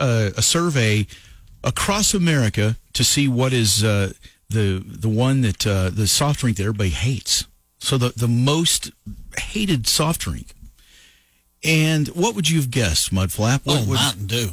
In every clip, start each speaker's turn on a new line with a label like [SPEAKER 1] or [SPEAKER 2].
[SPEAKER 1] uh, a survey across America to see what is uh, the the one that uh, the soft drink that everybody hates. So the the most hated soft drink. And what would you have guessed, Mudflap? What
[SPEAKER 2] Oh,
[SPEAKER 1] would-
[SPEAKER 2] Mountain Dew.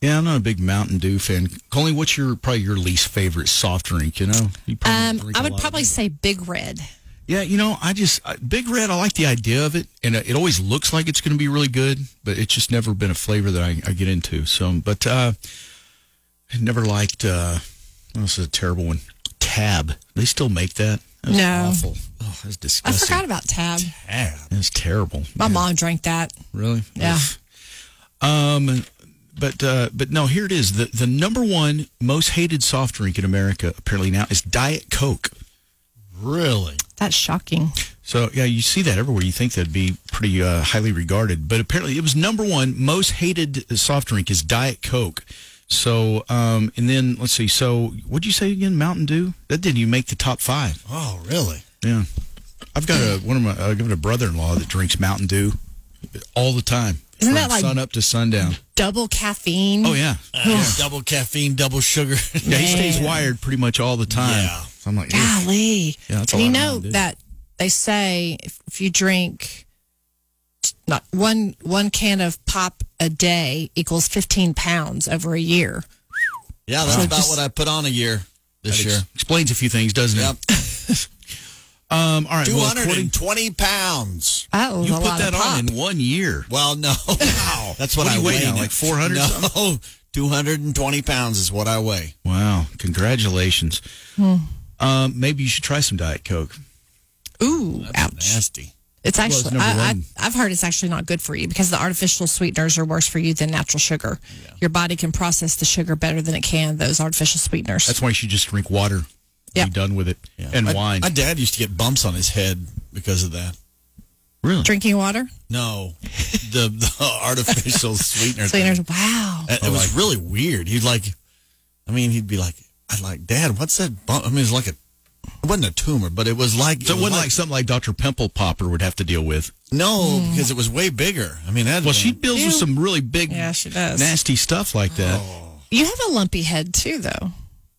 [SPEAKER 1] yeah, I'm not a big Mountain Dew fan. Colleen, what's your probably your least favorite soft drink? You know, you probably
[SPEAKER 3] Um,
[SPEAKER 1] drink
[SPEAKER 3] I
[SPEAKER 1] a
[SPEAKER 3] would
[SPEAKER 1] lot of
[SPEAKER 3] probably
[SPEAKER 1] them.
[SPEAKER 3] say Big Red.
[SPEAKER 1] Yeah, you know, I just I, Big Red. I like the idea of it, and uh, it always looks like it's going to be really good, but it's just never been a flavor that I, I get into. So, but uh, I never liked. Uh, oh, this is a terrible one. Tab. They still make that. That's
[SPEAKER 3] No.
[SPEAKER 1] awful. Oh, that's
[SPEAKER 3] I
[SPEAKER 1] disgusting.
[SPEAKER 3] forgot about Tab.
[SPEAKER 1] Tab. That's terrible.
[SPEAKER 3] My mom drank that.
[SPEAKER 1] Really?
[SPEAKER 3] Yeah.
[SPEAKER 1] Oof. Um, but uh, but no, here it is. The the number one most hated soft drink in America apparently now is Diet Coke.
[SPEAKER 2] Really?
[SPEAKER 3] That's shocking.
[SPEAKER 1] So yeah, you see that everywhere. You think that'd be pretty uh, highly regarded, but apparently it was number one most hated soft drink is Diet Coke. So um, and then let's see. So what'd you say again? Mountain Dew? That didn't even make the top five.
[SPEAKER 2] Oh, really?
[SPEAKER 1] Yeah, I've got a one of my I've got a brother-in-law that drinks Mountain Dew all the time. from
[SPEAKER 3] Isn't that like-
[SPEAKER 1] sun up to sundown?
[SPEAKER 3] Double caffeine.
[SPEAKER 1] Oh yeah,
[SPEAKER 2] Uh, Double caffeine, double sugar.
[SPEAKER 1] yeah. He stays wired pretty much all the time.
[SPEAKER 2] Yeah.
[SPEAKER 1] So I'm like, "Ugh."
[SPEAKER 3] Golly.
[SPEAKER 1] Yeah, that's a
[SPEAKER 3] and
[SPEAKER 1] lot
[SPEAKER 3] you
[SPEAKER 1] of
[SPEAKER 3] know
[SPEAKER 1] Mountain Dew.
[SPEAKER 3] that they say if, if you drink not one one can of pop a day equals 15 pounds over a year.
[SPEAKER 2] yeah, that's
[SPEAKER 3] So
[SPEAKER 2] about
[SPEAKER 3] just-
[SPEAKER 2] what I put on a year this
[SPEAKER 1] That
[SPEAKER 2] year.
[SPEAKER 1] ex- explains a few things, doesn't it?
[SPEAKER 2] Yep.
[SPEAKER 1] Um, all right. well, according-
[SPEAKER 2] 220 pounds.
[SPEAKER 3] Oh,
[SPEAKER 1] you
[SPEAKER 3] a
[SPEAKER 1] put
[SPEAKER 3] lot
[SPEAKER 1] that
[SPEAKER 3] of pop.
[SPEAKER 1] on in one year.
[SPEAKER 2] Well, no. Wow. That's what,
[SPEAKER 1] What do
[SPEAKER 2] I
[SPEAKER 1] you weigh
[SPEAKER 2] weigh.
[SPEAKER 1] now, like 400
[SPEAKER 2] No, 220 pounds is what I weigh.
[SPEAKER 1] Wow! Congratulations.
[SPEAKER 3] Hmm.
[SPEAKER 1] Um, maybe you should try some Diet Coke.
[SPEAKER 3] Ooh, ouch.
[SPEAKER 2] Nasty.
[SPEAKER 1] it's
[SPEAKER 3] It's actually,
[SPEAKER 1] number
[SPEAKER 3] I,
[SPEAKER 1] one.
[SPEAKER 3] I, I've heard it's actually not good for you because the artificial sweeteners are worse for you than natural sugar. Your body can process the sugar better than it can those artificial sweeteners.
[SPEAKER 1] That's why you should just drink water.
[SPEAKER 3] Yeah.
[SPEAKER 1] Be done with it and
[SPEAKER 2] my,
[SPEAKER 1] wine.
[SPEAKER 2] My dad used to get bumps on his head because of that.
[SPEAKER 1] really?
[SPEAKER 3] Drinking water,
[SPEAKER 2] No, the, the artificial sweetener. thing.
[SPEAKER 3] sweeteners. Wow.
[SPEAKER 2] It, it was really weird. He'd like, I mean, he'd be like, I'd like, Dad, what's that bump? I mean, it's like a, it wasn't a tumor, but it was like,
[SPEAKER 1] So it wasn't like something like Dr. Pimple Popper would have to deal with.
[SPEAKER 2] no, because it was way bigger. I mean, that
[SPEAKER 1] Well, she deals with some really big,
[SPEAKER 3] Yeah, she does.
[SPEAKER 1] nasty stuff like that. Is
[SPEAKER 3] You have a lumpy head too, though.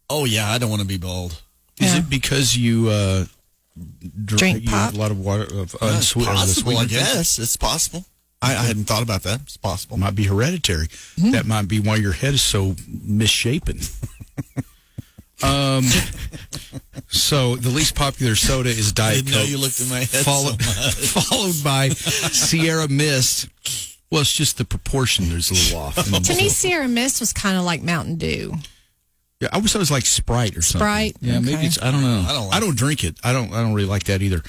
[SPEAKER 2] Oh yeah, I don't want to be bald.
[SPEAKER 3] Yeah.
[SPEAKER 1] it because you uh, dr-
[SPEAKER 3] Drink
[SPEAKER 1] you have
[SPEAKER 3] pop?
[SPEAKER 1] a lot of water of
[SPEAKER 2] Yeah,
[SPEAKER 1] unswe-
[SPEAKER 2] it's
[SPEAKER 1] or the
[SPEAKER 2] possible, I
[SPEAKER 1] sweetener thing?
[SPEAKER 2] guess it's possible. I, I hadn't thought about that. It's possible.
[SPEAKER 1] might be hereditary.
[SPEAKER 2] Hmm.
[SPEAKER 1] That might be why your head is so misshapen. um, so the least popular soda is Diet
[SPEAKER 2] didn't know
[SPEAKER 1] Coke.
[SPEAKER 2] you looked in my head
[SPEAKER 1] followed, followed by Sierra Mist. Well, it's just the proportion. There's a little off. And
[SPEAKER 3] To me,
[SPEAKER 1] so-
[SPEAKER 3] Sierra Mist was kind of like Mountain Dew.
[SPEAKER 1] yeah, I wish I was like Sprite or something.
[SPEAKER 3] Sprite?
[SPEAKER 1] Yeah, maybe
[SPEAKER 3] Okay.
[SPEAKER 1] it's. I don't know.
[SPEAKER 2] I don't like
[SPEAKER 1] I don't drink it. I don't. I don't really like that either.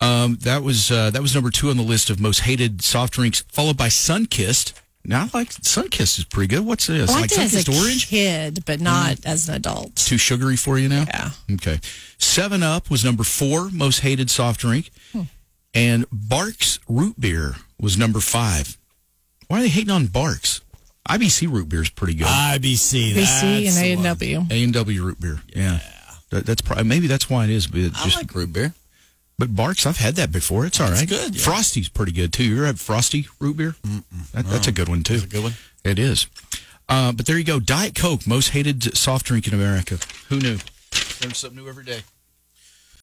[SPEAKER 1] Um, that was uh, that was number two on the list of most hated soft drinks, followed by Sunkist. Now, I like Sunkist is pretty good. What's this?
[SPEAKER 3] I liked it as
[SPEAKER 1] Sunkist
[SPEAKER 3] a
[SPEAKER 1] orange.
[SPEAKER 3] kid, but not as an adult.
[SPEAKER 1] too sugary for you now?
[SPEAKER 3] Yeah.
[SPEAKER 1] Okay. Seven Up was number four most hated soft drink,
[SPEAKER 2] Hmm.
[SPEAKER 1] and Barks root beer was number five. Why are they hating on Barks? IBC root beer is pretty good.
[SPEAKER 2] Uh, IBC.
[SPEAKER 3] BC
[SPEAKER 2] that's the
[SPEAKER 3] and
[SPEAKER 2] one.
[SPEAKER 3] AW.
[SPEAKER 1] A and W root beer. Yeah. That, that's probably maybe that's why it is. But it
[SPEAKER 2] I
[SPEAKER 1] just
[SPEAKER 2] like root beer.
[SPEAKER 1] but Barks, I've had that before. It's all right.
[SPEAKER 2] good, yeah.
[SPEAKER 1] Frosty's pretty good too. You ever had Frosty root beer? That, that's a good one too.
[SPEAKER 2] a good one.
[SPEAKER 1] It is. Uh, but there you go. Diet Coke, most hated soft drink in America. Who knew? Learn something new every day.